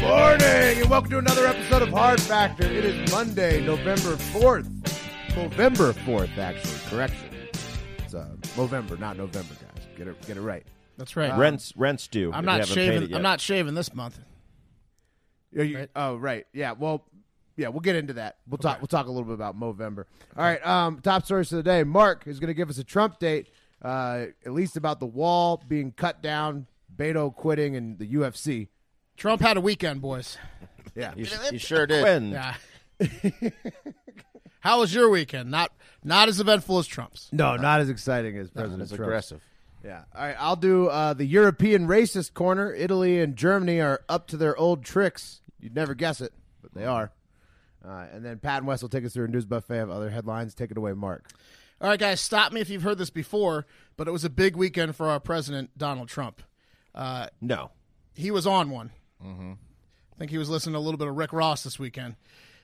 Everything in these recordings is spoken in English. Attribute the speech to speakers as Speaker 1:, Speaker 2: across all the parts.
Speaker 1: morning and welcome to another episode of Hard Factor. It is Monday, November 4th. November 4th, actually. Correction. It's uh, November, not November, guys. Get it, get it right.
Speaker 2: That's right. Um,
Speaker 3: Rents rents due.
Speaker 2: I'm
Speaker 3: if
Speaker 2: not
Speaker 3: you haven't paid it
Speaker 2: shaving.
Speaker 3: yet.
Speaker 2: I'm not shaving this month.
Speaker 1: Yeah, you-
Speaker 2: Right.
Speaker 1: Oh, right. Yeah. Well, yeah. We'll get into that. We'll talk. We'll talk a little bit about Movember. All right. Um, top stories of the day. Mark is going to give us a Trump date. Uh, at least about the wall being cut down, Beto quitting, and the UFC.
Speaker 2: Trump had a weekend, boys.
Speaker 1: Yeah.
Speaker 3: You, sh- you sure did. Quinn.
Speaker 2: Yeah. How was your weekend? Not not as eventful as Trump's.
Speaker 1: No, not as exciting as President
Speaker 3: It's
Speaker 1: Trump's.
Speaker 3: aggressive.
Speaker 1: Yeah. All right. I'll do uh, the European racist corner. Italy and Germany are up to their old tricks. You'd never guess it, but they are. Uh, and then Pat and Wes will take us through a news buffet of other headlines. Take it away, Mark.
Speaker 2: All right, guys, stop me if you've heard this before, but it was a big weekend for our president, Donald Trump. Uh,
Speaker 3: No.
Speaker 2: he was on one. Mm-hmm. I think he was listening to a little bit of Rick Ross this weekend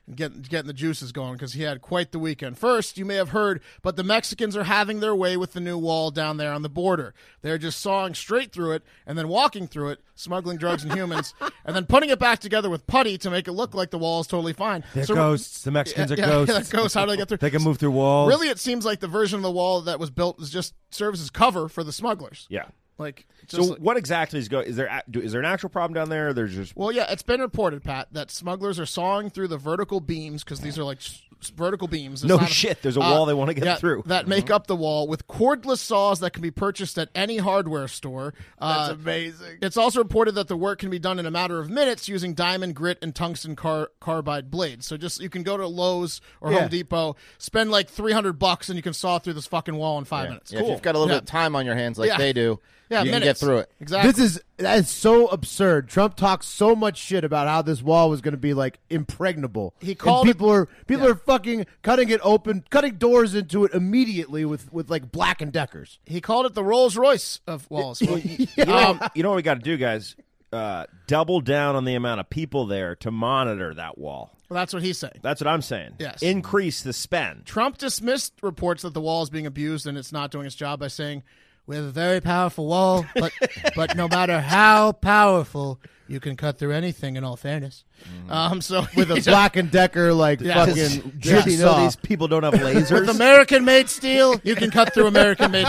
Speaker 2: and getting getting the juices going because he had quite the weekend. First, you may have heard, but the Mexicans are having their way with the new wall down there on the border. They're just sawing straight through it and then walking through it, smuggling drugs and humans, and then putting it back together with putty to make it look like the wall is totally fine.
Speaker 4: They're
Speaker 2: So-
Speaker 4: ghosts. The Mexicans
Speaker 2: Yeah,
Speaker 4: are ghosts.
Speaker 2: yeah, they're ghosts. How do they get through?
Speaker 4: They can move through walls.
Speaker 2: Really, it seems like the version of the wall that was built was just serves as cover for the smugglers.
Speaker 3: Yeah.
Speaker 2: Like
Speaker 3: So
Speaker 2: just like-
Speaker 3: what exactly is going? Is there a- do- is there an actual problem down there? Or there's just
Speaker 2: Well, yeah, it's been reported, Pat, that smugglers are sawing through the vertical beams because these are like s- s- vertical beams. It's
Speaker 3: No
Speaker 2: not uh,
Speaker 3: shit, there's a wall they wanna get
Speaker 2: yeah,
Speaker 3: through.
Speaker 2: that make up the wall with cordless saws that can be purchased at any hardware store. That's amazing. It's also reported that the work can be done in a matter of minutes using diamond grit and tungsten car- carbide blades. So just you can go to Lowe's or
Speaker 1: Yeah.
Speaker 2: Home Depot, spend like three hundred bucks, and you can saw through this fucking wall in five minutes.
Speaker 5: Yeah, if
Speaker 2: Cool.
Speaker 5: you've got a little
Speaker 2: Yeah.
Speaker 5: bit of time on your hands like
Speaker 2: Yeah.
Speaker 5: they do,
Speaker 2: Yeah,
Speaker 5: you can get
Speaker 2: minutes.
Speaker 5: through it.
Speaker 2: Exactly.
Speaker 1: This is that is so absurd. Trump talks so much shit about how this wall was going to be like impregnable.
Speaker 2: He
Speaker 1: And
Speaker 2: called it-
Speaker 1: people are people are fucking cutting it open, cutting doors into it immediately with with like Black and Deckers.
Speaker 2: he called it the Rolls Royce of walls.
Speaker 3: you know
Speaker 2: Um,
Speaker 3: you know what we got to do, guys. Uh, double down on the amount of people there to monitor that wall.
Speaker 2: Well, that's what he's saying.
Speaker 3: That's what I'm saying.
Speaker 2: Yes.
Speaker 3: Increase the spend.
Speaker 2: Trump dismissed reports that the wall is being abused and it's not doing its job by saying, "We have a very powerful wall, but but no matter how powerful, you can cut through anything." In all fairness, um, so
Speaker 1: Mm. With a Black and Decker like
Speaker 2: Yeah.
Speaker 1: fucking
Speaker 3: Just you know
Speaker 1: jigsaw.
Speaker 3: these people don't have lasers.
Speaker 2: with American-made steel, you can cut through American-made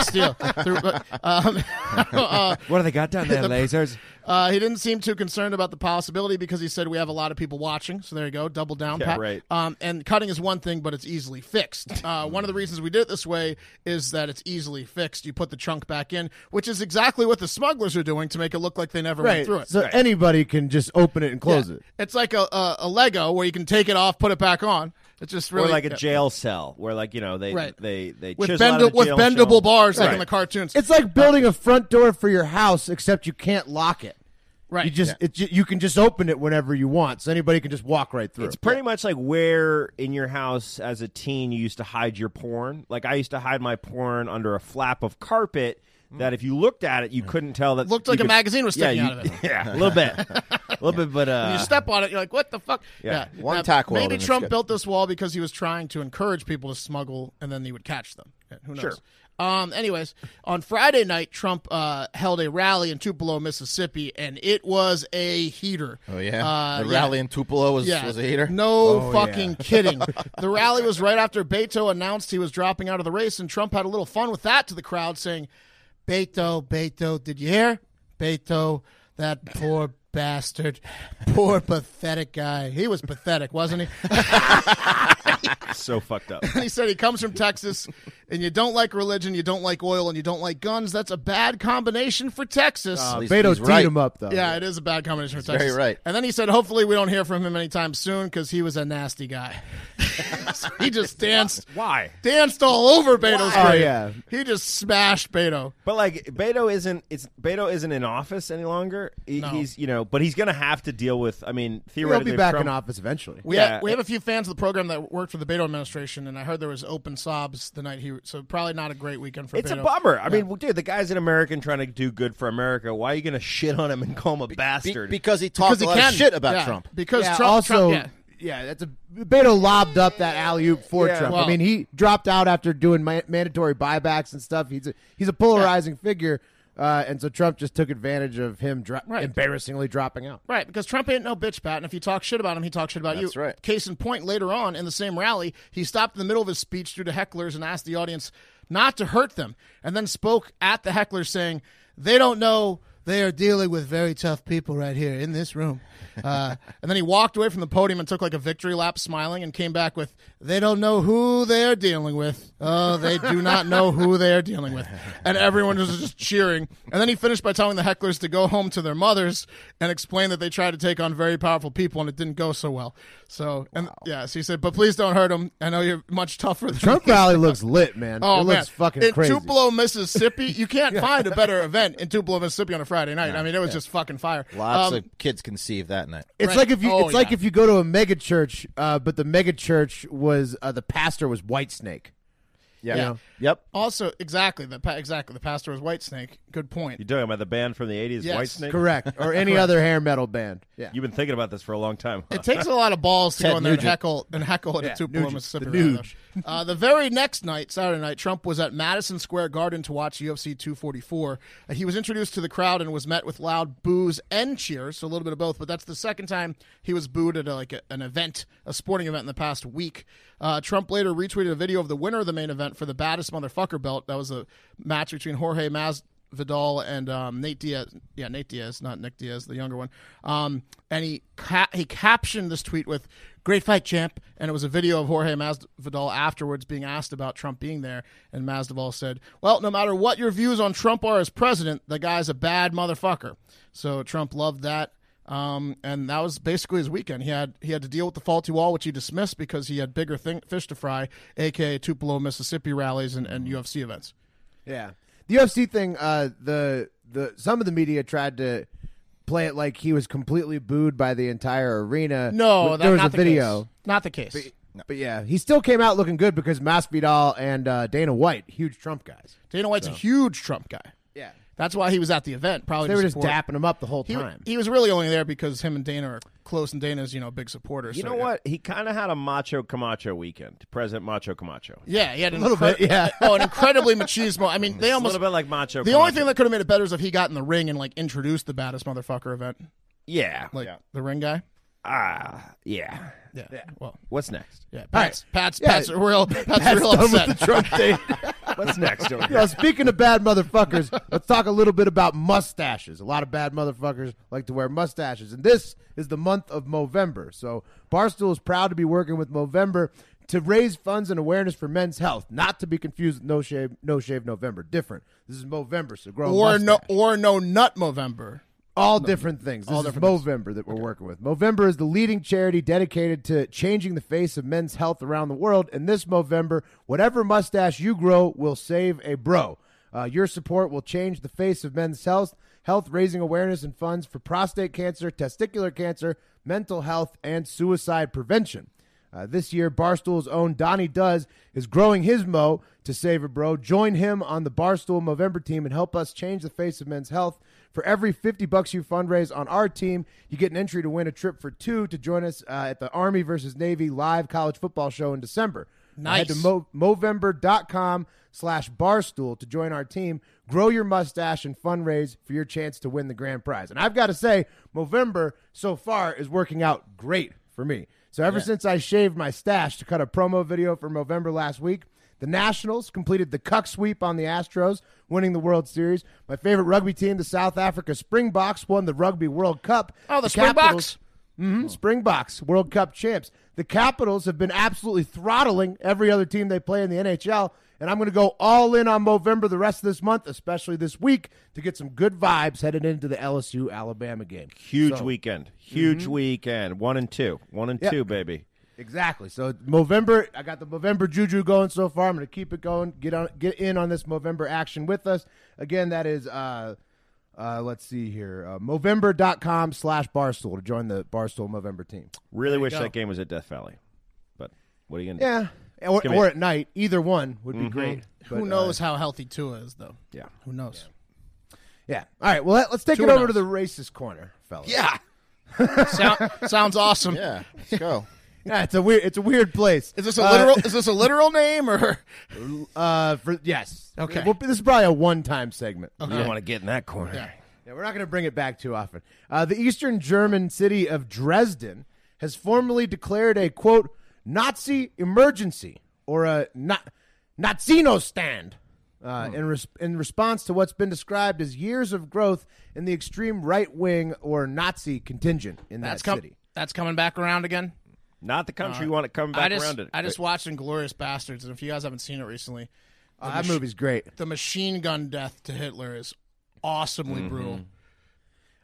Speaker 2: steel. Through, um, uh,
Speaker 4: what do they got down there? lasers.
Speaker 2: Uh, he didn't seem too concerned about the possibility because he said we have a lot of people watching. So there you go, double down,
Speaker 3: Yeah,
Speaker 2: Pat.
Speaker 3: right.
Speaker 2: Um, and cutting is one thing, but it's easily fixed. Uh, one of the reasons we did it this way is that it's easily fixed. You put the chunk back in, which is exactly what the smugglers are doing to make it look like they never went through it.
Speaker 1: So anybody can just open it and close
Speaker 2: Yeah.
Speaker 1: it.
Speaker 2: It's like a, a, a Lego where you can take it off, put it back on. It's just
Speaker 3: or
Speaker 2: really
Speaker 3: like a
Speaker 2: yeah.
Speaker 3: jail cell where like you know they
Speaker 2: Right.
Speaker 3: they they
Speaker 2: with,
Speaker 3: chisel out
Speaker 2: bend-
Speaker 3: of the
Speaker 2: with
Speaker 3: jail
Speaker 2: bendable
Speaker 3: cell.
Speaker 2: bars like
Speaker 3: Right.
Speaker 2: in the cartoons.
Speaker 1: It's like building a front door for your house, except you can't lock it.
Speaker 2: right.
Speaker 1: You just it ju- you can just open it whenever you want, so anybody can just walk right through.
Speaker 3: It's pretty much like where in your house as a teen you used to hide your porn. Like I used to hide my porn under a flap of carpet that if you looked at it you couldn't tell that
Speaker 2: Looked
Speaker 3: you
Speaker 2: like a magazine was sticking
Speaker 3: yeah,
Speaker 2: out of it.
Speaker 3: Yeah, a little bit, a little bit, but uh,
Speaker 2: you step on it, you're like, what the fuck?
Speaker 3: Yeah.
Speaker 5: One
Speaker 2: Now,
Speaker 5: tack weld
Speaker 2: Maybe
Speaker 5: and it's
Speaker 2: Trump
Speaker 5: good.
Speaker 2: built this wall because he was trying to encourage people to smuggle, and then he would catch them. Yeah, Who knows?
Speaker 3: Sure.
Speaker 2: Um, anyways, on Friday night, Trump uh, held a rally in Tupelo, Mississippi, and it was a heater.
Speaker 5: Oh yeah,
Speaker 2: Uh,
Speaker 5: the
Speaker 2: yeah.
Speaker 5: rally in Tupelo was,
Speaker 2: Yeah.
Speaker 5: was a heater.
Speaker 2: No fucking kidding. The rally was right after Beto announced he was dropping out of the race, and Trump had a little fun with that to the crowd, saying, Beto, Beto, did you hear? Beto, that poor bastard. Poor pathetic guy. He was pathetic, wasn't he?
Speaker 3: so fucked up.
Speaker 2: he said he comes from Texas, and you don't like religion, you don't like oil, and you don't like guns. That's a bad combination for Texas.
Speaker 5: He's-
Speaker 1: Beto
Speaker 5: he's
Speaker 1: teed
Speaker 5: right.
Speaker 1: him up though.
Speaker 2: yeah, it is a bad combination for Texas.
Speaker 5: very right.
Speaker 2: And then he said, hopefully we don't hear from him anytime soon because he was a nasty guy. So he just danced,
Speaker 3: Why?
Speaker 2: danced all over Beto's
Speaker 1: Oh,
Speaker 2: grave.
Speaker 1: yeah.
Speaker 2: He just smashed Beto.
Speaker 3: But like Beto isn't it's Beto isn't in office any longer. He-
Speaker 2: No.
Speaker 3: He's you know, but he's gonna have to deal with. I mean,
Speaker 1: he'll
Speaker 3: theoretically,
Speaker 1: be back
Speaker 3: Trump,
Speaker 1: in office eventually.
Speaker 2: We,
Speaker 3: Yeah.
Speaker 2: have, we have a few fans of the program that worked for the Beto administration, and I heard there was open sobs the night he. So probably not a great weekend for
Speaker 3: It's
Speaker 2: Beto.
Speaker 3: a bummer. I mean, well, dude, the guy's an American trying to do good for America. Why are you gonna shit on him and call him a
Speaker 5: Be-
Speaker 3: bastard?
Speaker 5: because he talked
Speaker 2: because
Speaker 5: a
Speaker 2: he
Speaker 5: lot
Speaker 2: can
Speaker 5: of shit about
Speaker 2: Yeah.
Speaker 5: Trump.
Speaker 2: Because
Speaker 1: Yeah,
Speaker 2: Trump
Speaker 1: also,
Speaker 2: Trump- yeah.
Speaker 1: yeah. that's a Beto lobbed up that alley oop for
Speaker 3: Yeah.
Speaker 1: Trump.
Speaker 2: Well-
Speaker 1: I mean, he dropped out after doing ma- mandatory buybacks and stuff. He's a, he's a polarizing figure, uh, and so Trump just took advantage of him dro-
Speaker 2: Right.
Speaker 1: embarrassingly dropping out.
Speaker 2: Right, because Trump ain't no bitch bat, and if you talk shit about him, he talks shit about you.
Speaker 5: That's right.
Speaker 2: Case in point, later on in the same rally, he stopped in the middle of his speech due to hecklers and asked the audience not to hurt them, and then spoke at the hecklers saying, "They don't know they are dealing with very tough people right here in this room." Uh, and then he walked away from the podium and took like a victory lap, smiling, and came back with, "They don't know who they are dealing with. Oh, they do not know who they are dealing with." And everyone was just cheering. And then he finished by telling the hecklers to go home to their mothers and explain that they tried to take on very powerful people and it didn't go so well. So, and yeah, so he said, "But please don't hurt them. I know you're much tougher." Than
Speaker 1: Trump rally looks lit, man.
Speaker 2: Oh
Speaker 1: it
Speaker 2: man,
Speaker 1: looks fucking
Speaker 2: in
Speaker 1: crazy.
Speaker 2: Tupelo, Mississippi, you can't find a better event in Tupelo, Mississippi on a Friday night. I mean, it was just fucking fire.
Speaker 5: Lots
Speaker 2: Um,
Speaker 5: of kids conceived that night.
Speaker 1: It's
Speaker 2: Right.
Speaker 1: like if you
Speaker 2: Oh,
Speaker 1: it's like
Speaker 2: yeah.
Speaker 1: if you go to a mega church, uh, but the mega church was uh, the pastor was White Snake.
Speaker 5: Yeah.
Speaker 2: Yeah.
Speaker 5: Yep.
Speaker 2: Also, exactly the pa- exactly the pastor was White Snake. Good point.
Speaker 3: You're talking about the band from the '80s,
Speaker 2: Yes.
Speaker 3: Whitesnake.
Speaker 1: Correct. Or any other hair metal band. Yeah.
Speaker 3: You've been thinking about this for a long time. huh?
Speaker 2: It takes a lot of balls to
Speaker 5: Ted
Speaker 2: go in there and
Speaker 5: Nugent.
Speaker 2: heckle and heckle at a Tupelo,
Speaker 1: Nugent,
Speaker 2: Mississippi.
Speaker 1: the
Speaker 2: rather.
Speaker 1: Nuge.
Speaker 2: Uh, the very next night, Saturday night, Trump was at Madison Square Garden to watch UFC 244. Uh, he was introduced to the crowd and was met with loud boos and cheers, so a little bit of both. But that's the second time he was booed at a, like a, an event, a sporting event in the past week. Uh, Trump later retweeted a video of the winner of the main event for the baddest motherfucker belt. That was a match between Jorge Maz. Vidal and um, Nate Diaz. Yeah, Nate Diaz, not Nick Diaz, the younger one. Um, and he ca- he captioned this tweet with "Great fight, champ," and it was a video of Jorge Masvidal afterwards being asked about Trump being there, and Masvidal said, "Well, no matter what your views on Trump are as president, the guy's a bad motherfucker." So Trump loved that. Um, and that was basically his weekend. He had he had to deal with the faulty wall, which he dismissed because he had bigger thing, fish to fry, aka Tupelo, Mississippi rallies and, and UFC events.
Speaker 1: Yeah. The UFC thing, uh, the the some of the media tried to play it like he was completely booed by the entire arena.
Speaker 2: No,
Speaker 1: But
Speaker 2: that,
Speaker 1: there was
Speaker 2: not
Speaker 1: a
Speaker 2: the
Speaker 1: video.
Speaker 2: Case. Not the case.
Speaker 1: But yeah, he still came out looking good because Masvidal and uh, Dana White, huge Trump guys.
Speaker 2: Dana White's a huge Trump guy.
Speaker 1: Yeah.
Speaker 2: That's why he was at the event. Probably
Speaker 1: They
Speaker 2: to
Speaker 1: were just
Speaker 2: support-
Speaker 1: dapping him up the whole
Speaker 2: He,
Speaker 1: time.
Speaker 2: he was really only there because him and Dana are close, and Dana's you know a big supporter.
Speaker 3: You
Speaker 2: so,
Speaker 3: know
Speaker 2: yeah.
Speaker 3: what? He kind of had a Macho Camacho weekend. President Macho Camacho.
Speaker 2: Yeah, he had an
Speaker 1: little
Speaker 2: incre-
Speaker 1: bit, yeah.
Speaker 2: oh, an incredibly machismo. I mean, they
Speaker 3: a
Speaker 2: almost
Speaker 3: little bit like Macho.
Speaker 2: the only
Speaker 3: Camacho.
Speaker 2: thing that could have made it better is if he got in the ring and like introduced the baddest motherfucker event,
Speaker 3: yeah,
Speaker 2: like the ring guy.
Speaker 3: ah, yeah.
Speaker 2: Yeah. Well,
Speaker 3: What's next?
Speaker 2: yeah. Pat's Pat's
Speaker 1: Yeah.
Speaker 2: Pat's real Pat's, real
Speaker 1: done with
Speaker 2: upset.
Speaker 1: the Trump thing.
Speaker 3: What's next? Over
Speaker 1: now,
Speaker 3: here?
Speaker 1: speaking of bad motherfuckers, let's talk a little bit about mustaches. A lot of bad motherfuckers like to wear mustaches, and this is the month of Movember. So Barstool is proud to be working with Movember to raise funds and awareness for men's health, not to be confused with No Shave No Shave November. Different. This is Movember, so grow a
Speaker 2: or no
Speaker 1: mustache.
Speaker 2: or no nut Movember.
Speaker 1: All different things. This
Speaker 2: all
Speaker 1: is
Speaker 2: different
Speaker 1: Movember that we're working with. Movember is the leading charity dedicated to changing the face of men's health around the world. And this Movember, whatever mustache you grow will save a bro. Uh, your support will change the face of men's health, health raising awareness and funds for prostate cancer, testicular cancer, mental health, and suicide prevention. Uh, this year, Barstool's own Donnie Does is growing his mo to save a bro. Join him on the Barstool Movember team and help us change the face of men's health. For every 50 bucks you fundraise on our team, you get an entry to win a trip for two to join us uh, at the Army versus Navy live college football show in December.
Speaker 2: Nice.
Speaker 1: Head to Mo- Movember.com slash barstool to join our team, grow your mustache, and fundraise for your chance to win the grand prize. And I've got to say, Movember so far is working out great for me. So ever since I shaved my stash to cut a promo video for Movember last week, The Nationals completed the cuck sweep on the Astros, winning the World Series. My favorite rugby team, the South Africa Springboks, won the Rugby World Cup.
Speaker 2: Oh, the
Speaker 1: Capitals-
Speaker 2: Springboks.
Speaker 1: Mhm, Springboks, World Cup champs. The Capitals have been absolutely throttling every other team they play in the NHL. And I'm going to go all in on Movember the rest of this month, especially this week, to get some good vibes headed into the LSU Alabama game.
Speaker 3: Huge
Speaker 1: So-
Speaker 3: weekend. Huge weekend. One and two. One and
Speaker 1: Yeah.
Speaker 3: two, baby.
Speaker 1: Exactly. So Movember, I got the Movember juju going so far. I'm going to keep it going. Get on, get in on this Movember action with us. Again, that is, uh, uh, let's see here, uh, Movember.com slash Barstool to join the Barstool Movember team.
Speaker 3: Really wish that game was at Death Valley. But what are you going to
Speaker 1: Yeah, or,
Speaker 3: Give me-
Speaker 1: or at night, either one would be great. But,
Speaker 2: Who
Speaker 1: uh,
Speaker 2: knows how healthy Tua is, though?
Speaker 3: do? Yeah.
Speaker 2: Who knows?
Speaker 1: yeah. All right. Well, let, us take
Speaker 2: Two
Speaker 1: it over to
Speaker 2: knows.
Speaker 1: the racist corner, fellas.
Speaker 5: Yeah.
Speaker 2: Sound, sounds awesome.
Speaker 5: Yeah. Let's go.
Speaker 1: Yeah, it's a weird, it's a weird place.
Speaker 2: Is this a
Speaker 1: Uh,
Speaker 2: literal? is this a literal name or?
Speaker 1: Uh, for yes.
Speaker 2: Okay.
Speaker 1: Well, this is probably a one-time segment.
Speaker 3: You don't want to get in that corner.
Speaker 2: Yeah.
Speaker 1: Yeah, we're not going to bring it back too often. Uh, the Eastern German city of Dresden has formally declared a quote Nazi emergency or a na- Nazino stand. Uh,
Speaker 2: Hmm.
Speaker 1: in, res- in response to what's been described as years of growth in the extreme right wing or Nazi contingent in
Speaker 2: That's
Speaker 1: that
Speaker 2: com-
Speaker 1: city.
Speaker 2: That's coming back around again.
Speaker 3: Not the country you want to come back
Speaker 2: I just
Speaker 3: around it.
Speaker 2: I just watched Inglorious Bastards, and if you guys haven't seen it recently,
Speaker 1: Uh, that movie's great.
Speaker 2: the machine gun death to Hitler is awesomely
Speaker 3: Mm-hmm.
Speaker 2: brutal.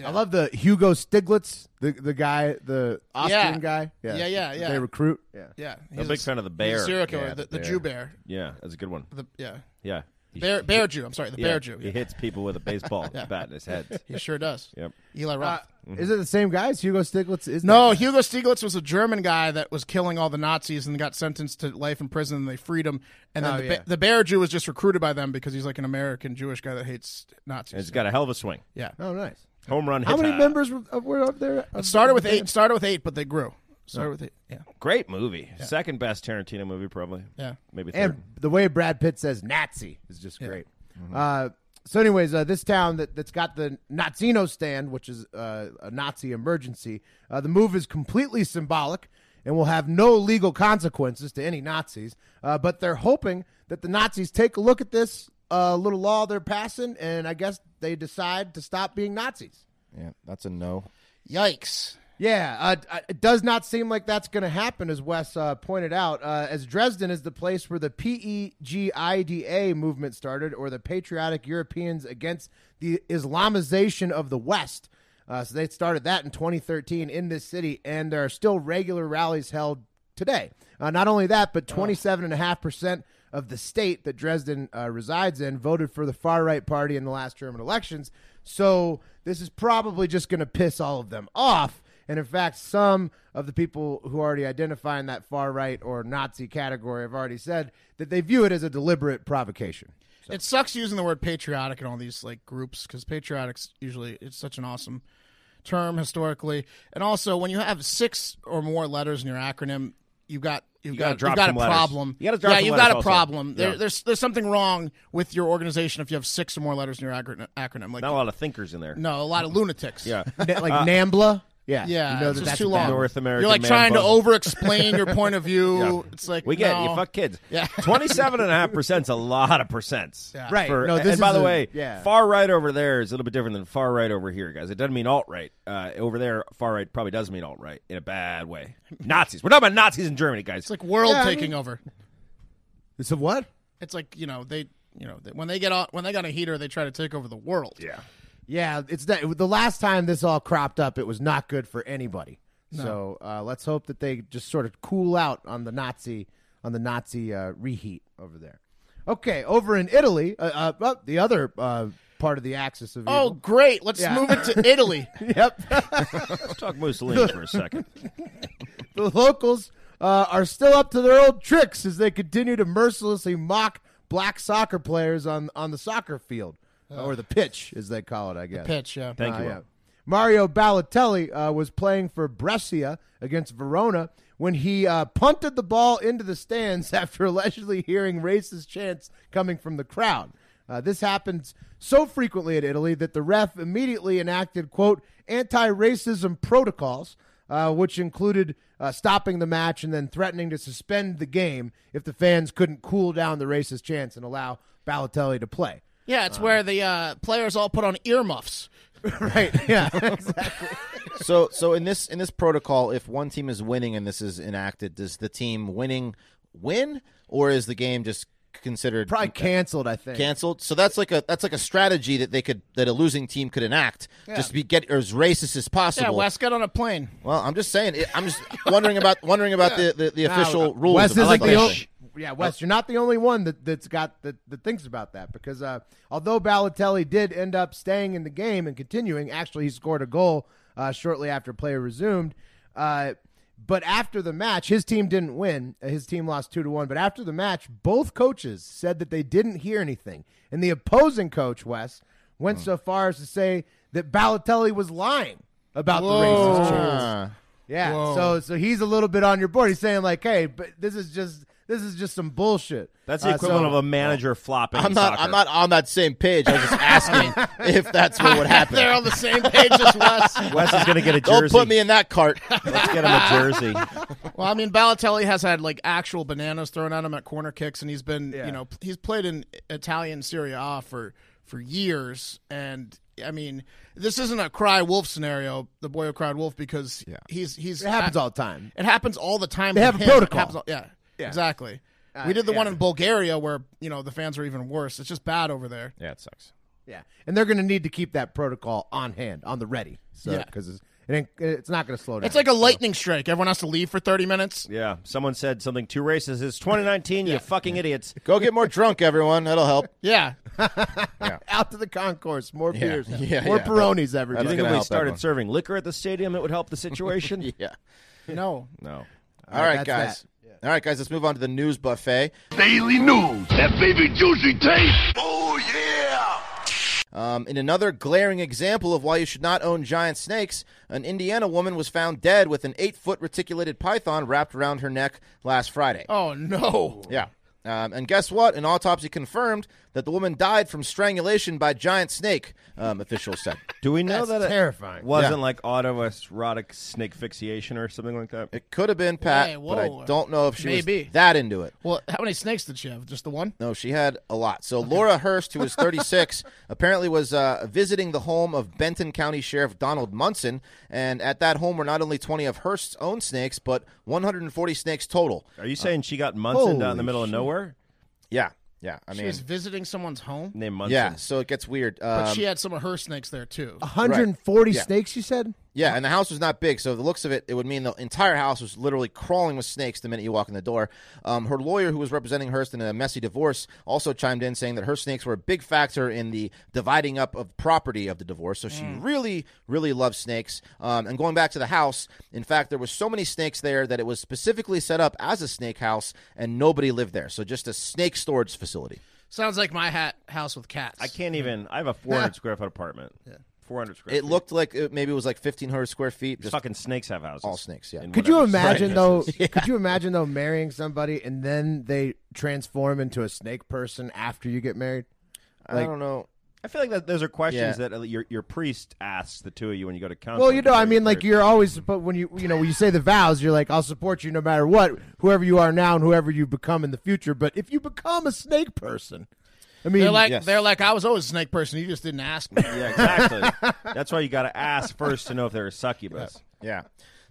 Speaker 1: I love the Hugo Stiglitz, the the guy, the Austrian
Speaker 2: Yeah.
Speaker 1: guy.
Speaker 2: Yeah, yeah, yeah.
Speaker 1: They recruit. Yeah.
Speaker 2: Yeah, he's
Speaker 3: I'm a big fan of the
Speaker 2: he's a
Speaker 3: bear.
Speaker 2: serial killer,
Speaker 5: Yeah,
Speaker 2: the,
Speaker 5: the
Speaker 2: the Jew bear.
Speaker 3: Yeah, that's a good one.
Speaker 2: The yeah,
Speaker 3: Yeah. He-
Speaker 2: bear bear Jew. I'm sorry, the
Speaker 3: yeah,
Speaker 2: bear Jew.
Speaker 3: He
Speaker 2: Yeah.
Speaker 3: hits people with a baseball bat in his head.
Speaker 2: He sure does.
Speaker 3: Yep.
Speaker 2: Eli Roth.
Speaker 1: Is it the same guy as Hugo Stiglitz? Is
Speaker 2: Uh, no,
Speaker 1: that guy?
Speaker 2: Hugo Stieglitz was a German guy that was killing all the Nazis and got sentenced to life in prison, and they freed him. And then
Speaker 1: Oh,
Speaker 2: the,
Speaker 1: yeah.
Speaker 2: ba- the bear Jew was just recruited by them because he's like an American Jewish guy that hates
Speaker 3: And
Speaker 2: Nazis.
Speaker 3: it's got a hell of a swing.
Speaker 2: yeah,
Speaker 1: Oh, nice.
Speaker 3: Home run.
Speaker 1: How
Speaker 3: hits
Speaker 1: many
Speaker 3: high.
Speaker 1: members were, uh, were up there?
Speaker 2: it started with eight. Started with eight, but they grew.
Speaker 1: Oh.
Speaker 2: Started with eight. Yeah,
Speaker 3: Great movie. Second best Tarantino movie, probably.
Speaker 2: yeah.
Speaker 3: Maybe third.
Speaker 1: And the way Brad Pitt says Nazi is just great. Uh, so, anyways, uh, this town that, that's got the Nazino stand, which is uh, a Nazi emergency, uh, the move is completely symbolic and will have no legal consequences to any Nazis. Uh, but they're hoping that the Nazis take a look at this uh, little law they're passing, and I guess they decide to stop being Nazis.
Speaker 5: Yeah. That's a no.
Speaker 2: Yikes.
Speaker 1: Yeah, uh, d- uh, it does not seem like that's going to happen, as Wes uh, pointed out. Uh, as Dresden is the place where the E PEGIDA movement started, or the Patriotic Europeans Against the Islamization of the West. Uh, so they started that in 2013 in this city, and there are still regular rallies held today. Uh, not only that, but 27.5% of the state that Dresden uh, resides in voted for the far right party in the last German elections. So this is probably just going to piss all of them off. And in fact, some of the people who already identify in that far right or Nazi category have already said that they view it as a deliberate provocation.
Speaker 2: It sucks using the word patriotic in all these like groups because patriotic's usually it's such an awesome term historically, and also when you have six or more letters in your acronym, you've got you've
Speaker 3: gotta
Speaker 2: got
Speaker 3: drop
Speaker 2: you've got a
Speaker 3: some letters.
Speaker 2: problem.
Speaker 3: You gotta drop
Speaker 2: yeah,
Speaker 3: some
Speaker 2: you've
Speaker 3: letters
Speaker 2: got a
Speaker 3: also.
Speaker 2: problem. There,
Speaker 3: Yeah.
Speaker 2: There's there's something wrong with your organization if you have six or more letters in your acron- acronym. Like
Speaker 3: Not a lot of thinkers in there.
Speaker 2: no, a lot of lunatics.
Speaker 3: Yeah. Uh,
Speaker 1: Na- like NAMBLA? Yeah.
Speaker 2: Yeah,
Speaker 1: You know
Speaker 2: it's
Speaker 1: that
Speaker 2: just
Speaker 1: that's
Speaker 2: too
Speaker 1: a
Speaker 2: long.
Speaker 1: bad word.
Speaker 3: North American.
Speaker 2: You're like trying to
Speaker 3: man bun.
Speaker 2: over-explain your point of view. It's like
Speaker 3: We get it.
Speaker 2: no.
Speaker 3: you fuck kids.
Speaker 2: Yeah.
Speaker 3: Twenty-seven and a half percent's a lot of percents.
Speaker 2: Yeah.
Speaker 1: Right.
Speaker 3: For-
Speaker 1: No, this
Speaker 3: and by
Speaker 1: is
Speaker 3: the
Speaker 1: a-
Speaker 3: way,
Speaker 1: yeah.
Speaker 3: far right over there is a little bit different than far right over here, guys. It doesn't mean alt right. Uh, over there, far right probably does mean alt right in a bad way. Nazis. We're talking about Nazis in Germany, guys.
Speaker 2: It's like world
Speaker 1: Yeah, I
Speaker 2: taking
Speaker 1: mean-
Speaker 2: over.
Speaker 1: It's a what?
Speaker 2: It's like you know they you know they, when they get on when they got a heater they try to take over the world.
Speaker 3: yeah.
Speaker 1: Yeah, it's that. The last time this all cropped up, it was not good for anybody. So uh, let's hope that they just sort of cool out on the Nazi on the Nazi uh, reheat over there. Okay, over in Italy, uh, uh, well, the other uh, part of the axis of
Speaker 2: Oh,
Speaker 1: evil.
Speaker 2: great. Let's
Speaker 1: Yeah.
Speaker 2: move it to Italy.
Speaker 1: yep.
Speaker 3: Let's talk Mussolini for a second.
Speaker 1: the locals uh, are still up to their old tricks as they continue to mercilessly mock black soccer players on on the soccer field or the pitch, as they call it. I guess
Speaker 2: Pitch, yeah.
Speaker 3: Thank
Speaker 1: Uh,
Speaker 3: you.
Speaker 1: yeah.
Speaker 3: Will.
Speaker 1: Mario Balotelli uh, was playing for Brescia against Verona when he uh, punted the ball into the stands after allegedly hearing racist chants coming from the crowd. Uh, this happens so frequently in Italy that the ref immediately enacted, quote, anti racism protocols. uh, which included uh, stopping the match and then threatening to suspend the game if the fans couldn't cool down the racist chants and allow Balotelli to play.
Speaker 2: Yeah, it's where the uh, players all put on earmuffs.
Speaker 1: Right? Yeah.
Speaker 5: So so in this in this protocol, if one team is winning and this is enacted, does the team winning win, or is the game just considered
Speaker 1: Probably canceled. I think.
Speaker 5: canceled? So that's like a that's like a strategy that they could that a losing team could enact just to be get as racist as possible.
Speaker 2: Yeah, Wes got on a plane.
Speaker 5: Well, I'm just saying. it- I'm just wondering about wondering about the, the, the official rules.
Speaker 1: Wes
Speaker 5: about
Speaker 1: isn't
Speaker 5: that
Speaker 1: the
Speaker 5: thing.
Speaker 1: only. Yeah, Wes, you're not the only one that, that's got that, that thinks about that because uh, although Balotelli did end up staying in the game and continuing, actually he scored a goal uh, shortly after play resumed. Uh, but after the match, his team didn't win. Uh, His team lost two to one. But after the match, both coaches said that they didn't hear anything, and the opposing coach Wes went
Speaker 5: Hmm.
Speaker 1: so far as to say that Balotelli was lying about the racist chants.
Speaker 5: Ah.
Speaker 1: Yeah. So so he's a little bit on your board. He's saying like, hey, but this is just this is just some bullshit.
Speaker 3: That's the
Speaker 1: Uh,
Speaker 3: equivalent
Speaker 1: so-
Speaker 3: of a manager flopping.
Speaker 5: I'm
Speaker 3: in
Speaker 5: not.
Speaker 3: soccer.
Speaker 5: I'm not on that same page. I was just asking if that's what would happen.
Speaker 2: They're on the same page as Wes.
Speaker 3: Wes is going to get a
Speaker 5: Don't
Speaker 3: jersey.
Speaker 5: put me in that cart.
Speaker 3: Let's get him a jersey.
Speaker 2: Well, I mean, Balotelli has had like actual bananas thrown at him at corner kicks, and he's been, you know, he's played in Italian Serie A for for years, and I mean, this isn't a cry wolf scenario, the boy who cried wolf, because he's he's
Speaker 1: It happens all the time.
Speaker 2: It happens all the time.
Speaker 1: They
Speaker 2: with
Speaker 1: have a
Speaker 2: him.
Speaker 1: protocol.
Speaker 2: It happens all- yeah, exactly. we did the one in Bulgaria where you know the fans are even worse. It's just bad over there.
Speaker 3: Yeah, it sucks.
Speaker 1: Yeah. And they're going to need to keep that protocol on hand, on the ready. So
Speaker 2: Yeah.
Speaker 1: because it's it ain't, it's not going to slow down.
Speaker 2: It's like a lightning strike. Everyone has to leave for thirty minutes.
Speaker 3: Yeah, someone said something too racist. It's 2019. You fucking idiots.
Speaker 5: Go get more drunk, everyone. That'll help.
Speaker 2: Yeah,
Speaker 1: out to the concourse, more beers,
Speaker 5: Yeah,
Speaker 1: more
Speaker 5: yeah.
Speaker 1: Peronis every
Speaker 5: That's
Speaker 3: You think
Speaker 5: gonna
Speaker 3: if we
Speaker 5: help
Speaker 3: started
Speaker 5: everyone.
Speaker 3: serving liquor at the stadium, it would help the situation?
Speaker 5: Yeah.
Speaker 2: no,
Speaker 3: No.
Speaker 5: All right,
Speaker 1: that's
Speaker 5: guys. All right, guys. Let's move on to the news buffet.
Speaker 6: Daily news. That baby juicy tape. Oh, yeah.
Speaker 5: Um, in another glaring example of why you should not own giant snakes, an Indiana woman was found dead with an eight-foot reticulated python wrapped around her neck last Friday.
Speaker 2: oh no.
Speaker 5: Yeah. Um, and guess what? An autopsy confirmed that the woman died from strangulation by giant snake. Um, officials said
Speaker 3: Do we know that it
Speaker 1: terrifying.
Speaker 3: wasn't
Speaker 5: Yeah.
Speaker 3: like autoerotic snake fixation or something like that?
Speaker 5: it could have been Pat,
Speaker 2: Hey,
Speaker 5: but I
Speaker 2: whoa.
Speaker 5: don't know if she
Speaker 2: Maybe.
Speaker 5: was that into it.
Speaker 2: Well, how many snakes did she have? Just the one?
Speaker 5: No, she had a lot. So Laura Hurst, who is 36, apparently was uh, visiting the home of Benton County Sheriff Donald Munson, and at that home were not only 20 of Hurst's own snakes, but 140 snakes total.
Speaker 3: Are you saying she got Munson down in the
Speaker 1: holy
Speaker 3: middle of nowhere?
Speaker 5: Yeah, yeah. I
Speaker 2: She
Speaker 5: mean,
Speaker 2: was visiting someone's home,
Speaker 3: Named Munson.
Speaker 5: yeah. So it gets weird.
Speaker 2: but
Speaker 5: Um,
Speaker 2: she had some of her snakes there too.
Speaker 1: 140
Speaker 5: right. Yeah.
Speaker 1: snakes. You said
Speaker 5: Yeah, and the house was not big, so the looks of it, it would mean the entire house was literally crawling with snakes the minute you walk in the door. Um, her lawyer, who was representing Hearst in a messy divorce, also chimed in saying that her snakes were a big factor in the dividing up of property of the divorce. So she really, really loves snakes. Um, and going back to the house, in fact, there was so many snakes there that it was specifically set up as a snake house, and nobody lived there. So just a snake storage facility.
Speaker 2: Sounds like my hat house with cats.
Speaker 3: I can't even. I have a 400 square foot apartment. 400 square.
Speaker 5: It
Speaker 3: feet.
Speaker 5: looked like it, maybe it was like fifteen hundred square feet. Just
Speaker 3: Fucking snakes have houses.
Speaker 5: All snakes, yeah.
Speaker 3: In
Speaker 1: Could you
Speaker 3: whatever
Speaker 1: imagine
Speaker 3: size.
Speaker 1: though? Could you imagine though marrying somebody and then they transform into a snake person after you get married?
Speaker 5: I don't know.
Speaker 3: I feel like that those are questions
Speaker 5: Yeah.
Speaker 3: that uh, your your priest asks the two of you when you go to counseling.
Speaker 1: Well, you know, I mean, like
Speaker 3: They're-
Speaker 1: you're always, but when you, you know, when you say the vows, you're like, I'll support you no matter what, whoever you are now and whoever you become in the future. But if you become a snake person, I mean,
Speaker 2: They're like
Speaker 5: Yes.
Speaker 2: they're like I was always a snake person. You just didn't ask me.
Speaker 3: Yeah, exactly. That's why you got to ask first to know if they're a succubus.
Speaker 5: Yeah.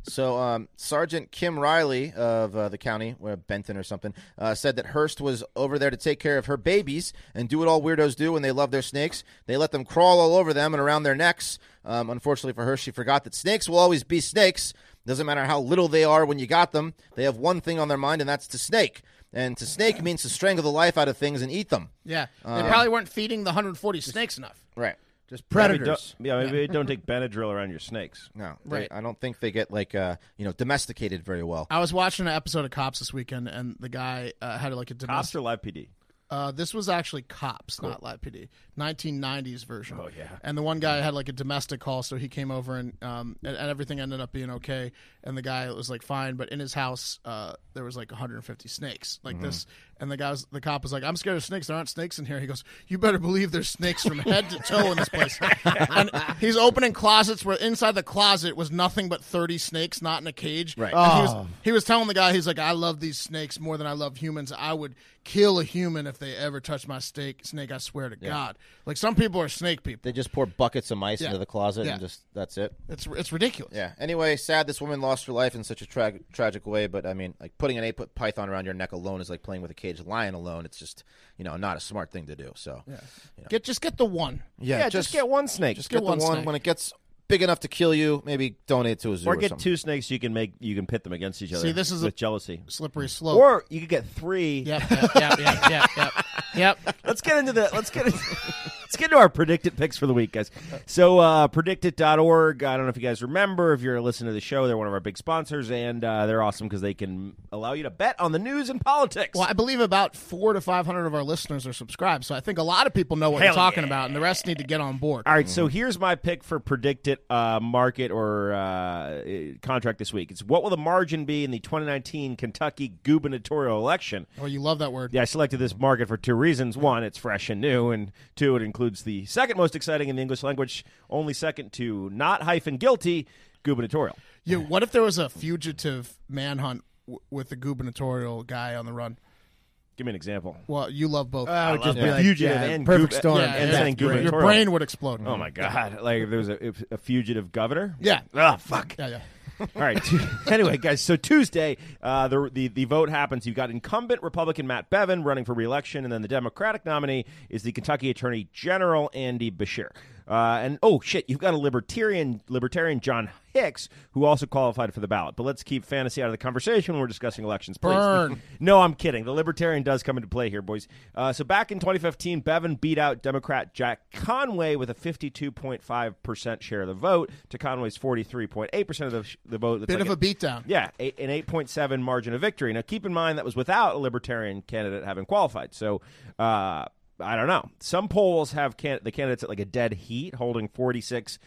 Speaker 5: So um, Sergeant Kim Riley of uh, the county, uh, Benton or something, uh, said that Hearst was over there to take care of her babies and do what all weirdos do when they love their snakes. They let them crawl all over them and around their necks. Um, unfortunately for her, she forgot that snakes will always be snakes. Doesn't matter how little they are when you got them. They have one thing on their mind, and that's to snake. And to snake means to strangle the life out of things and eat them.
Speaker 2: Yeah, they probably weren't feeding the 140 snakes enough.
Speaker 5: Right.
Speaker 1: just
Speaker 3: Maybe
Speaker 1: predators.
Speaker 3: don't, yeah, maybe don't take Benadryl around your snakes.
Speaker 5: No.
Speaker 2: Right.
Speaker 5: They, I don't think they get like uh, you know domesticated very well.
Speaker 2: I was watching an episode of Cops this weekend, and the guy uh, had like a
Speaker 3: Cops
Speaker 2: domestic.
Speaker 3: or live PD?
Speaker 2: Uh, this was actually Cops, not Live PD, 1990s version. Oh yeah. And the one guy had like a domestic call, so he came over, and um, and, and everything ended up being okay. And the guy was like fine, but in his house, uh, there was like 150 snakes, like this, And the guy was, the cop was like, "I'm scared of snakes. There aren't snakes in here." He goes, "You better believe there's snakes from head to toe in this place." and he's opening closets where inside the closet was nothing but 30 snakes, not in a cage. Right. he was he was telling the guy, he's like, "I love these snakes more than I love humans. I would kill a human if they ever touched my steak snake. I swear to God." Like some people are snake people.
Speaker 5: They just pour buckets of mice
Speaker 2: Yeah.
Speaker 5: into the closet
Speaker 2: Yeah.
Speaker 5: and just that's it.
Speaker 2: It's it's ridiculous.
Speaker 5: Yeah. Anyway, sad this woman lost her life in such a tra- tragic way, but I mean, like putting an eight foot python around your neck alone is like playing with a caged lion alone. It's just, you know, not a smart thing to do. So, yeah,
Speaker 2: Get just get the one.
Speaker 3: Yeah, just, get one snake.
Speaker 5: Just
Speaker 2: get
Speaker 5: get,
Speaker 2: one
Speaker 5: the one
Speaker 2: snake.
Speaker 5: when it gets big enough to kill you. Maybe donate to a zoo or,
Speaker 3: or get
Speaker 5: something.
Speaker 3: two snakes so you can make you can pit them against each other.
Speaker 2: See, this is a- Oh.
Speaker 3: with jealousy.
Speaker 2: Slippery slope.
Speaker 3: Mm. Or you could get three.
Speaker 2: Yep, yep, yep, yep, yep, yep, yep.
Speaker 3: Let's get into the let's get into, let's get into our predicted picks for the week, guys. So uh predictit.org, I don't know if you guys remember, if you're listening to the show, they're one of our big sponsors and uh, they're awesome because they can allow you to bet on the news and politics.
Speaker 2: Well, I believe about four to five hundred of our listeners are subscribed, so I think a lot of people know what you're
Speaker 3: Hell
Speaker 2: talking
Speaker 3: yeah.
Speaker 2: about, and the rest need to get on board.
Speaker 3: All right, so here's my pick for predicted uh, market or uh, contract this week. It's what will the margin be in the 2019 Kentucky gubernatorial election?
Speaker 2: Oh, you love that word.
Speaker 3: Yeah, I selected this market for two reasons. One, it's fresh and new, and two, it includes the second most exciting in the English language, only second to not hyphen guilty gubernatorial.
Speaker 2: Yeah, what if there was a fugitive manhunt w- with the gubernatorial guy on the run?
Speaker 3: Give me an example.
Speaker 2: Well, you love both.
Speaker 1: I would just be like,
Speaker 3: Fugitive
Speaker 1: yeah,
Speaker 3: and
Speaker 1: perfect
Speaker 3: goop-
Speaker 1: storm.
Speaker 3: yeah, and
Speaker 1: Yeah.
Speaker 3: saying
Speaker 2: your
Speaker 3: gubernatorial.
Speaker 2: brain would explode.
Speaker 3: Oh my god! Like if there was a, if a fugitive governor.
Speaker 2: Yeah.
Speaker 3: Oh fuck.
Speaker 2: Yeah, yeah.
Speaker 3: All right. Tu- anyway, guys. So Tuesday, uh, the, the the vote happens. You've got incumbent Republican Matt Bevin running for reelection, and then the Democratic nominee is the Kentucky Attorney General Andy Bashir. Uh, and oh shit, you've got a libertarian libertarian John Hicks who also qualified for the ballot. But let's keep fantasy out of the conversation when we're discussing elections. Please.
Speaker 2: Burn.
Speaker 3: no, I'm kidding. The libertarian does come into play here, boys. Uh, so back in 2015, Bevin beat out Democrat Jack Conway with a 52.5% share of the vote to Conway's 43.8% of the, sh- the vote. That's
Speaker 2: Bit
Speaker 3: like
Speaker 2: of a beatdown.
Speaker 3: yeah, eight, an 8.7 margin of victory. Now, keep in mind that was without a libertarian candidate having qualified. So, uh, I don't know. Some polls have can- the candidates at like a dead heat, holding 46%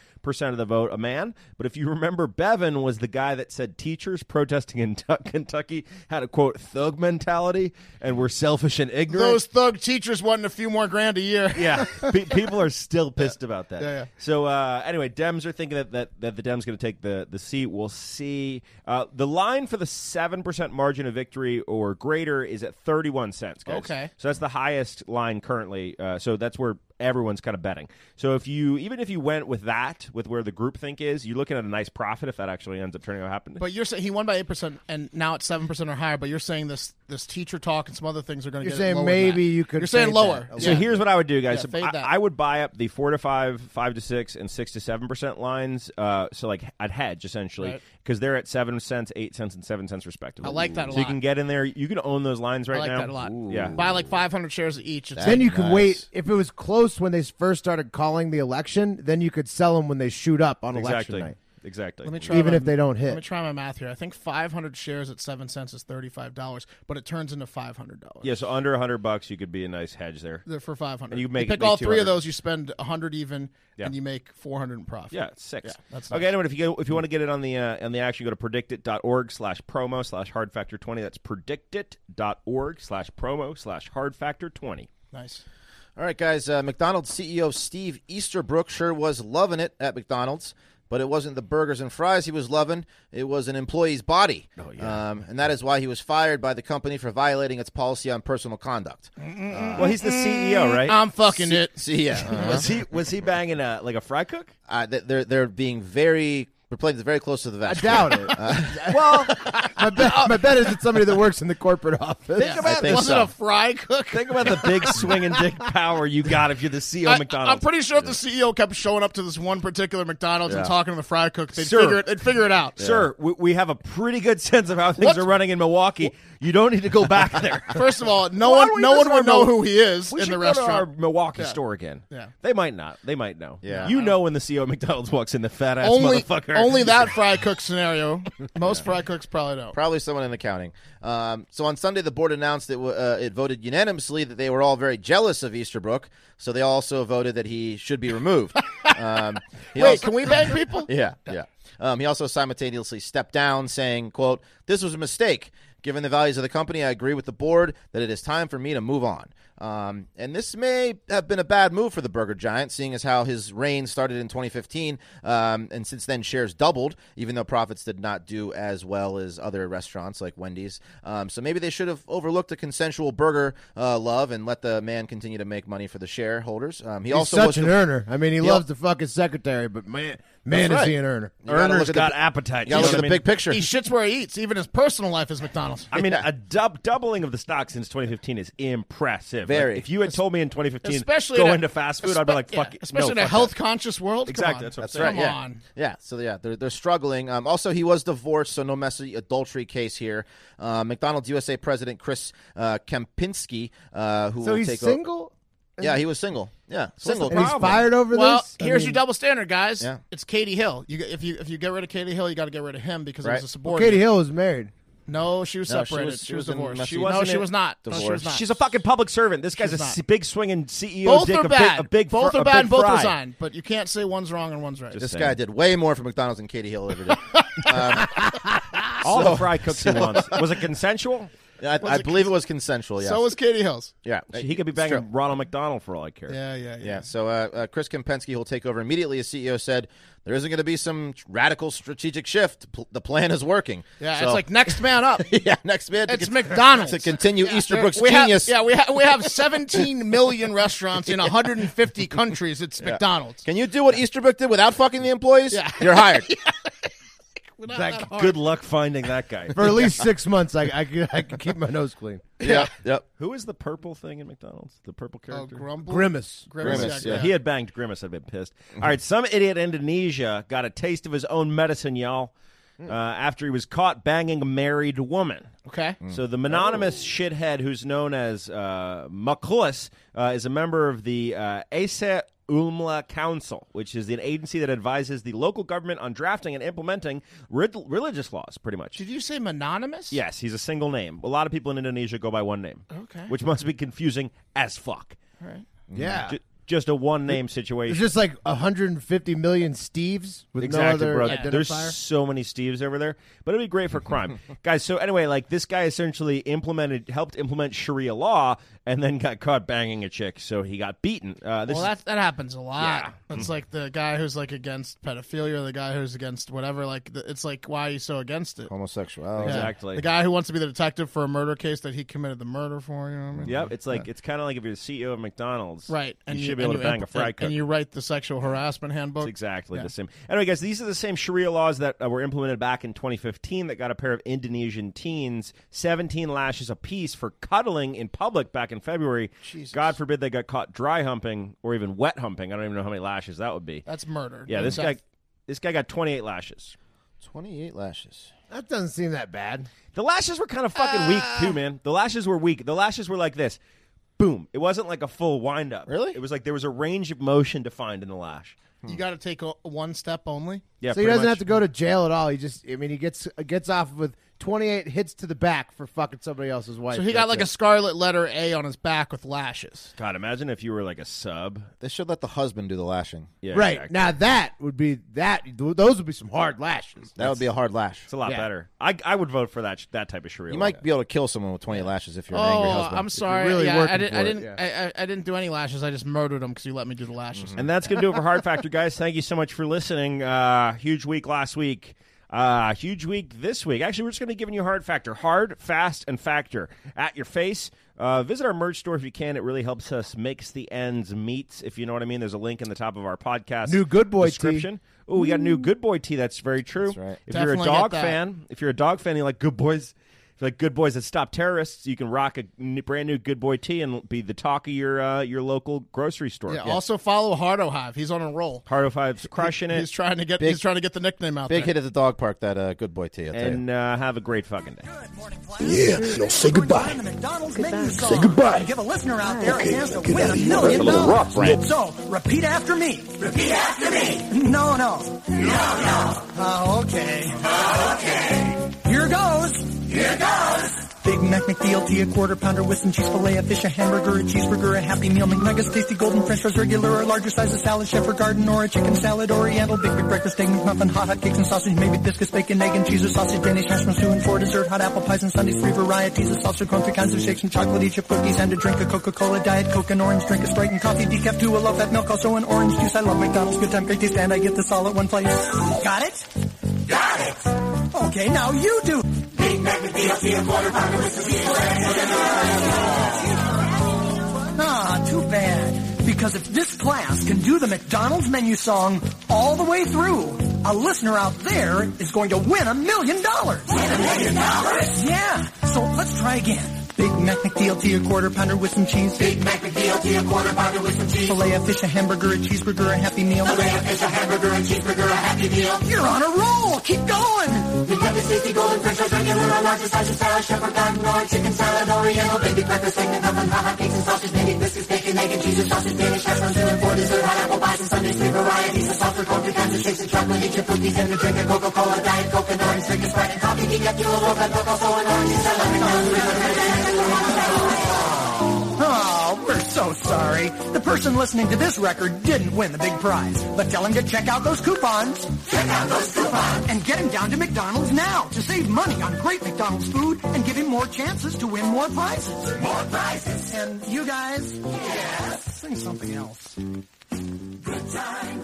Speaker 3: of the vote a man. But if you remember, Bevin was the guy that said teachers protesting in Tu- Kentucky had a quote, thug mentality and were selfish and ignorant.
Speaker 2: Those thug teachers wanting a few more grand a year.
Speaker 3: Yeah, Pe- people are still pissed about that.
Speaker 2: Yeah, yeah.
Speaker 3: So uh, anyway, Dems are thinking that, that, that the Dems going to take the, the seat. We'll see. Uh, the line for the seven percent margin of victory or greater is at thirty one cents. Guys.
Speaker 2: Okay.
Speaker 3: So that's the highest line currently. Uh, so that's where everyone's kind of betting. So if you even if you went with that with where the group think is, you're looking at a nice profit if that actually ends up turning out happening.
Speaker 2: But you're saying he won by eight percent, and now it's seven percent or higher. But you're saying this this teacher talk and some other things are going to.
Speaker 1: You're
Speaker 2: get it
Speaker 1: saying
Speaker 2: lower than
Speaker 1: maybe
Speaker 2: that.
Speaker 1: you could
Speaker 2: You're saying
Speaker 1: fade
Speaker 2: lower.
Speaker 1: that a
Speaker 3: So
Speaker 2: Yeah.
Speaker 3: here's what I would do, guys.
Speaker 2: Yeah,
Speaker 3: So
Speaker 2: fade that.
Speaker 3: I, I would buy up the four to five, five to six, and six to seven percent lines. Uh, so like I'd hedge essentially
Speaker 2: Right.
Speaker 3: because they're at seven cents, eight cents, and seven cents respectively.
Speaker 2: I like that a
Speaker 3: So you
Speaker 2: lot.
Speaker 3: can get in there. You can own those lines
Speaker 2: I
Speaker 3: right
Speaker 2: like
Speaker 3: now.
Speaker 2: that a lot.
Speaker 3: Yeah.
Speaker 2: Buy like 500 shares of each. It's
Speaker 1: Then you could
Speaker 5: Nice.
Speaker 1: wait. If it was close when they first started calling the election, then you could sell them when they shoot up on
Speaker 3: Exactly.
Speaker 1: election night.
Speaker 3: Exactly.
Speaker 2: Let me try
Speaker 1: Even
Speaker 2: my-
Speaker 1: if they don't hit.
Speaker 2: Let me try my math here. I think 500 shares at 7 cents is $35, but it turns into $500.
Speaker 3: yeah. So under a hundred bucks, you could be a nice hedge there.
Speaker 2: They're for 500.
Speaker 3: And you make-
Speaker 2: pick
Speaker 3: make
Speaker 2: all three
Speaker 3: 200.
Speaker 2: of those, you spend 100 even
Speaker 3: Yeah.
Speaker 2: and you make 400 in profit.
Speaker 3: Yeah, it's six.
Speaker 2: Yeah, that's
Speaker 3: okay,
Speaker 2: nice.
Speaker 3: anyway, if you go, if you want to get it on the uh, on the action, go to predictit.org slash promo slash hard factor twenty. That's predictit.org slash promo slash hard factor twenty.
Speaker 2: Nice.
Speaker 5: All right, guys. Uh, McDonald's CEO Steve Easterbrook sure was loving it at McDonald's, but it wasn't the burgers and fries he was loving. It was an employee's body. Oh, yeah. um, and that is why he was fired by the company for violating its policy on personal conduct.
Speaker 3: Well, he's the CEO, right?
Speaker 2: I'm fucking it.
Speaker 5: See, yeah. uh-huh.
Speaker 3: was he was he banging a like a fry cook?
Speaker 5: uh, th- they're, they're being very, they're playing this very close to the
Speaker 1: I
Speaker 5: vest. Uh,
Speaker 1: doubt it. well, my bet, my bet is it's somebody that works in the corporate office.
Speaker 5: I think
Speaker 2: Was
Speaker 5: so.
Speaker 2: it a fry cook?
Speaker 3: Think about the big swinging dick power you got if you're the CEO
Speaker 2: I,
Speaker 3: of McDonald's.
Speaker 2: am pretty sure if the CEO kept showing up to this one particular McDonald's and
Speaker 3: Yeah.
Speaker 2: talking to the fry cook, they'd,
Speaker 3: Sir.
Speaker 2: figure it, they'd figure it out.
Speaker 3: Sir, we, we have a pretty good sense of how things
Speaker 2: What?
Speaker 3: are running in Milwaukee. You don't need to go back there.
Speaker 2: First of all, no
Speaker 3: Why don't
Speaker 2: one
Speaker 3: we
Speaker 2: no
Speaker 3: visit
Speaker 2: one
Speaker 3: our
Speaker 2: would know
Speaker 3: Mil-
Speaker 2: who he is
Speaker 3: we
Speaker 2: in
Speaker 3: should
Speaker 2: the
Speaker 3: go
Speaker 2: restaurant.
Speaker 3: to our Milwaukee store again.
Speaker 2: Yeah.
Speaker 3: they might not. They might know.
Speaker 5: Yeah.
Speaker 3: you know when the CEO of McDonald's walks in, the fat ass
Speaker 2: only,
Speaker 3: motherfucker.
Speaker 2: only that fry cook scenario. Most fry cooks probably don't.
Speaker 5: Probably someone in accounting. Um, so on Sunday, the board announced that uh, it voted unanimously that they were all very jealous of Easterbrook, so they also voted that he should be removed. um, he
Speaker 2: Wait,
Speaker 5: also-
Speaker 2: can we bang people?
Speaker 5: Yeah, yeah. Um, he also simultaneously stepped down, saying, "quote This was a mistake. Given the values of the company, I agree with the board that it is time for me to move on." Um, and this may have been a bad move for the Burger Giant, seeing as how his reign started in 2015, um, and since then shares doubled, even though profits did not do as well as other restaurants like Wendy's. Um, so maybe they should have overlooked the consensual burger uh, love and let the man continue to make money for the shareholders. Um, he
Speaker 1: He's
Speaker 5: also was
Speaker 1: such
Speaker 5: the-
Speaker 1: an earner. I mean, he
Speaker 5: Yep.
Speaker 1: loves the fucking secretary, but man, man,
Speaker 5: That's
Speaker 1: is he
Speaker 5: right.
Speaker 1: an earner?
Speaker 5: You gotta
Speaker 3: Earner's
Speaker 5: look at
Speaker 3: got
Speaker 5: the,
Speaker 3: appetite. You
Speaker 5: You gotta
Speaker 3: know
Speaker 5: look
Speaker 3: what
Speaker 5: at
Speaker 3: I
Speaker 5: the
Speaker 3: mean?
Speaker 5: big picture.
Speaker 2: He shits where he eats. Even his personal life is McDonald's.
Speaker 3: I mean, a dub- doubling of the stock since 2015 is impressive. Like,
Speaker 5: Very.
Speaker 3: if you had told me in 2015,
Speaker 2: especially
Speaker 3: go
Speaker 2: in a-
Speaker 3: into fast food, I'd be like,
Speaker 2: yeah,
Speaker 3: fuck it.
Speaker 2: Especially
Speaker 3: no,
Speaker 2: in a
Speaker 3: fuck
Speaker 2: health
Speaker 3: that.
Speaker 2: conscious world. Come
Speaker 3: Exactly,
Speaker 2: on.
Speaker 3: that's what I'm
Speaker 5: That's
Speaker 3: saying.
Speaker 5: right.
Speaker 2: Come
Speaker 5: yeah.
Speaker 2: on.
Speaker 5: Yeah. So yeah, they're they're struggling. Um, also, he was divorced, so no messy adultery case here. Uh, McDonald's USA president Chris uh, Kempinski, uh, who
Speaker 1: So
Speaker 5: will
Speaker 1: he's
Speaker 5: take
Speaker 1: single,
Speaker 5: Over. Yeah, he was single. Yeah, single.
Speaker 1: and he's
Speaker 3: problem?
Speaker 1: fired over
Speaker 2: Well,
Speaker 1: this. I
Speaker 2: here's
Speaker 1: mean-
Speaker 2: your double standard, guys.
Speaker 5: Yeah.
Speaker 2: It's Katie Hill. You, if you if you get rid of Katie Hill, you got to get rid of him because it
Speaker 5: Right.
Speaker 2: was a
Speaker 1: Well,
Speaker 2: subordinate.
Speaker 1: Katie Hill is married.
Speaker 2: No, she was
Speaker 5: No, she
Speaker 2: separated.
Speaker 5: was- she was in
Speaker 2: divorced.
Speaker 5: messy- She
Speaker 2: no,
Speaker 3: wasn't
Speaker 2: she
Speaker 3: in-
Speaker 2: was not. No, she was
Speaker 5: divorced.
Speaker 2: not.
Speaker 3: She's a fucking public servant. This guy's
Speaker 2: She's
Speaker 3: a
Speaker 2: not.
Speaker 3: s- big swinging CEO.
Speaker 2: both
Speaker 3: E dick,
Speaker 2: are
Speaker 3: a
Speaker 2: bad.
Speaker 3: Big, a big,
Speaker 2: both
Speaker 3: fr-
Speaker 2: are
Speaker 3: a
Speaker 2: bad.
Speaker 3: big
Speaker 2: and both
Speaker 3: fry.
Speaker 2: resigned. But you can't say one's wrong and one's right.
Speaker 5: This
Speaker 3: saying.
Speaker 5: guy did way more for McDonald's than Katie Hill ever did.
Speaker 3: All the fry cooks he wants. Was it consensual?
Speaker 5: I, I believe it was consensual. Yes.
Speaker 2: So was Katie Hill's.
Speaker 5: yeah.
Speaker 3: He could be
Speaker 5: It's true.
Speaker 3: banging Ronald McDonald for all I care.
Speaker 2: Yeah, yeah, yeah.
Speaker 5: Yeah. So uh, uh, Chris Kempinski will take over immediately. As CEO said, there isn't going to be some radical strategic shift. Pl- the plan is working.
Speaker 2: Yeah,
Speaker 5: So-
Speaker 2: it's like next man up.
Speaker 5: yeah, next man. to
Speaker 2: It's
Speaker 5: con-
Speaker 2: McDonald's.
Speaker 5: to continue Easterbrook's
Speaker 2: we have,
Speaker 5: genius.
Speaker 2: yeah, we, ha- we have 17 million restaurants in 150 countries. It's McDonald's.
Speaker 5: Can you do what Easterbrook did without fucking the employees?
Speaker 2: Yeah.
Speaker 5: You're hired.
Speaker 2: We're not
Speaker 3: That-
Speaker 2: that hard.
Speaker 3: good luck finding that guy.
Speaker 1: For at least six months, I, I, could, I could keep my nose clean.
Speaker 5: yep. Yep.
Speaker 3: Who is the purple thing in McDonald's? The purple
Speaker 2: Oh,
Speaker 3: character?
Speaker 2: grumble.
Speaker 1: Grimace.
Speaker 2: Grimace,
Speaker 5: Grimace,
Speaker 3: Yeah,
Speaker 5: yeah.
Speaker 3: he had banged Grimace. I'd been pissed.
Speaker 5: Mm-hmm.
Speaker 3: All right, some idiot in Indonesia got a taste of his own medicine, y'all,
Speaker 5: Mm.
Speaker 3: uh, after he was caught banging a married woman.
Speaker 2: Okay.
Speaker 3: So the
Speaker 2: Oh.
Speaker 3: mononymous shithead who's known as uh, Makulis uh, is a member of the uh, Asa Umla Council, which is an agency that advises the local government on drafting and implementing rid- religious laws, pretty much.
Speaker 2: Did you say mononymous?
Speaker 3: Yes, he's a single name. A lot of people in Indonesia go by one name.
Speaker 2: Okay.
Speaker 3: Which must be confusing as fuck.
Speaker 2: All right.
Speaker 1: Yeah.
Speaker 3: Ju- just a one name situation.
Speaker 1: There's just like 150 million Steves with
Speaker 3: Exactly,
Speaker 1: no
Speaker 3: bro.
Speaker 1: other
Speaker 3: There's
Speaker 1: identifier.
Speaker 3: so many Steves over there, but it'd be great for crime, guys. So anyway, like this guy essentially implemented, helped implement Sharia law, and then got caught banging a chick, so he got beaten. Uh, this
Speaker 2: Well,
Speaker 3: is- Mm.
Speaker 2: that that happens a lot. It's like the guy who's like against pedophilia, the guy who's against whatever. Like, the, it's like why are you so against it?
Speaker 5: Homosexuality.
Speaker 2: Yeah.
Speaker 3: Exactly.
Speaker 2: The guy who wants to be the detective for a murder case that he committed the murder for. You know what I mean?
Speaker 3: yep, it's like it's kind of like if you're the CEO of McDonald's,
Speaker 2: Right.
Speaker 3: And you, should be able to
Speaker 2: you
Speaker 3: bang a
Speaker 2: imp-
Speaker 3: fry cook.
Speaker 2: And you write the sexual harassment handbook.
Speaker 3: It's exactly
Speaker 2: Yeah.
Speaker 3: the same. Anyway, guys, these are the same Sharia laws that uh, were implemented back in 2015 that got a pair of Indonesian teens 17 lashes apiece for cuddling in public back in February. God forbid they got caught dry humping or even wet humping. I don't even know how many lashes that would
Speaker 1: Uh,
Speaker 3: be.
Speaker 2: That's murder.
Speaker 3: yeah, this guy,
Speaker 2: That's-
Speaker 3: this guy got 28 lashes.
Speaker 5: 28 lashes.
Speaker 1: That doesn't seem that bad.
Speaker 3: The lashes were kind of fucking
Speaker 1: Uh.
Speaker 3: weak too, man. The lashes were weak. The lashes were like this. Boom. It wasn't like a full wind up.
Speaker 5: Really?
Speaker 3: It was like there was a range of motion defined in the lash.
Speaker 2: You got to take a, one step only.
Speaker 3: Yeah,
Speaker 1: so he
Speaker 3: pretty
Speaker 1: doesn't have
Speaker 3: much.
Speaker 1: to go to jail at all. He just, I mean, he gets gets off with 28 hits to the back for fucking somebody else's wife.
Speaker 2: So he got like a scarlet letter A on his back with lashes.
Speaker 3: God, imagine if you were like a sub.
Speaker 5: They should let the husband do the lashing.
Speaker 3: Yeah,
Speaker 1: right
Speaker 3: exactly.
Speaker 1: now. That would be that. Those would be some hard lashes.
Speaker 5: That would be a hard lash.
Speaker 3: It's a lot
Speaker 1: Yeah.
Speaker 3: better. I, I would vote for that sh- that type of Sharia.
Speaker 5: You
Speaker 3: law.
Speaker 5: might be able to kill someone with 28 lashes if you're an angry
Speaker 2: Oh,
Speaker 5: husband.
Speaker 2: I'm sorry.
Speaker 1: really
Speaker 2: yeah, I,
Speaker 1: working
Speaker 2: did,
Speaker 1: for
Speaker 2: I
Speaker 1: it,
Speaker 2: didn't.
Speaker 1: yeah.
Speaker 2: I, I, I didn't do any lashes. I just murdered him because you let me do the lashes.
Speaker 3: Mm-hmm. And that's gonna do it for Hard Factor, guys. Thank you so much for listening. Uh, huge week last week. Uh, huge week this week. Actually, we're just going to be giving you Hard Factor, hard, fast, and factor at your face. Uh, visit our merch store if you can. It really helps us makes the ends meet. If you know what I mean. There's a link in the top of our podcast
Speaker 1: New Good Boy tea.
Speaker 3: description. Oh, we got a new Good Boy tea. That's very true.
Speaker 5: That's right.
Speaker 3: If
Speaker 2: Definitely
Speaker 3: you're a
Speaker 2: get
Speaker 3: dog
Speaker 2: that.
Speaker 3: fan, if you're a dog fan, you like Good Boys. If you like Good Boys that stop terrorists, you can rock a n- brand new Good Boy tea and be the talk of your uh, your local grocery store.
Speaker 2: Yeah, Also follow Hardo Hive. He's on a roll.
Speaker 3: Hard of Five's crushing
Speaker 2: He's
Speaker 3: it.
Speaker 2: trying to get. he's trying to get the nickname out
Speaker 5: Big
Speaker 2: there.
Speaker 5: hit at the dog park, that uh, good boy tea. I'll tell you.
Speaker 3: And uh, have a great fucking day.
Speaker 6: Yeah, no, say goodbye. Say
Speaker 7: Say
Speaker 6: goodbye.
Speaker 7: Give a listener out there a
Speaker 6: Okay,
Speaker 7: chance to
Speaker 6: okay,
Speaker 7: win
Speaker 6: now
Speaker 7: a
Speaker 6: you got a
Speaker 7: million
Speaker 6: little
Speaker 7: dollars.
Speaker 6: rough, Brad.
Speaker 7: So, repeat after me. Repeat after me. No, no. No, Ah, no. Oh, okay. Okay. Here goes. Here goes. Big Mac, McDLT, a quarter pounder with some cheese filet, a fish, a hamburger, a cheeseburger, a happy meal, McNuggets, tasty golden french fries, regular or larger size, a salad, chef or garden, or a chicken salad, oriental, big, big breakfast, egg, McMuffin, hot, hot cakes and sausage, maybe biscuits, bacon, egg and cheese, or sausage, Danish hash browns, two and four dessert, hot apple pies and sundaes, three varieties of salsa, corn, three kinds of shakes and chocolatey chip cookies, and a drink, a Coca-Cola, diet, Coke, an orange drink, a Sprite and coffee, decaf, two, a love that milk, also an orange juice, I love McDonald's, good time, great taste, and I get this all at one place. Got it? Got it! Okay, now you do. Ah, too bad. Because if this class can do the McDonald's menu song all the way through, a listener out there is going to win a million dollars. Win a million dollars? Yeah. So let's try again. Big Mac McDLT, a quarter pounder with some cheese. Big Mac McDLT, a quarter pounder with some cheese. Filet of fish, a hamburger, a cheeseburger, a happy meal. Filet of fish, a hamburger, a cheeseburger, a happy meal. You're on a roll. Keep going. Big Mac tasty golden french fries, regular or larger size of salad, shepherd garden, or chicken salad, oriental, baby breakfast, egg and oven, hot hot cakes and sausage, maybe biscuits, bacon, egg and cheese, and sausage, Danish hash browns, two and four dessert, hot apple pies and sundaes, three varieties of soft corn, three kinds of shakes and chocolate, chip cookies, and a drink, a Coca-Cola, diet Coke, and orange drink, a Sprite, and coffee, decaf, you love that milk, also an orange juice, I love Oh, we're so sorry. The person listening to this record didn't win the big prize. But tell him to check out those coupons. Check out those coupons. And get him down to McDonald's now to save money on great McDonald's food and give him more chances to win more prizes. More prizes. And you guys? Yes. Sing something else. Good times.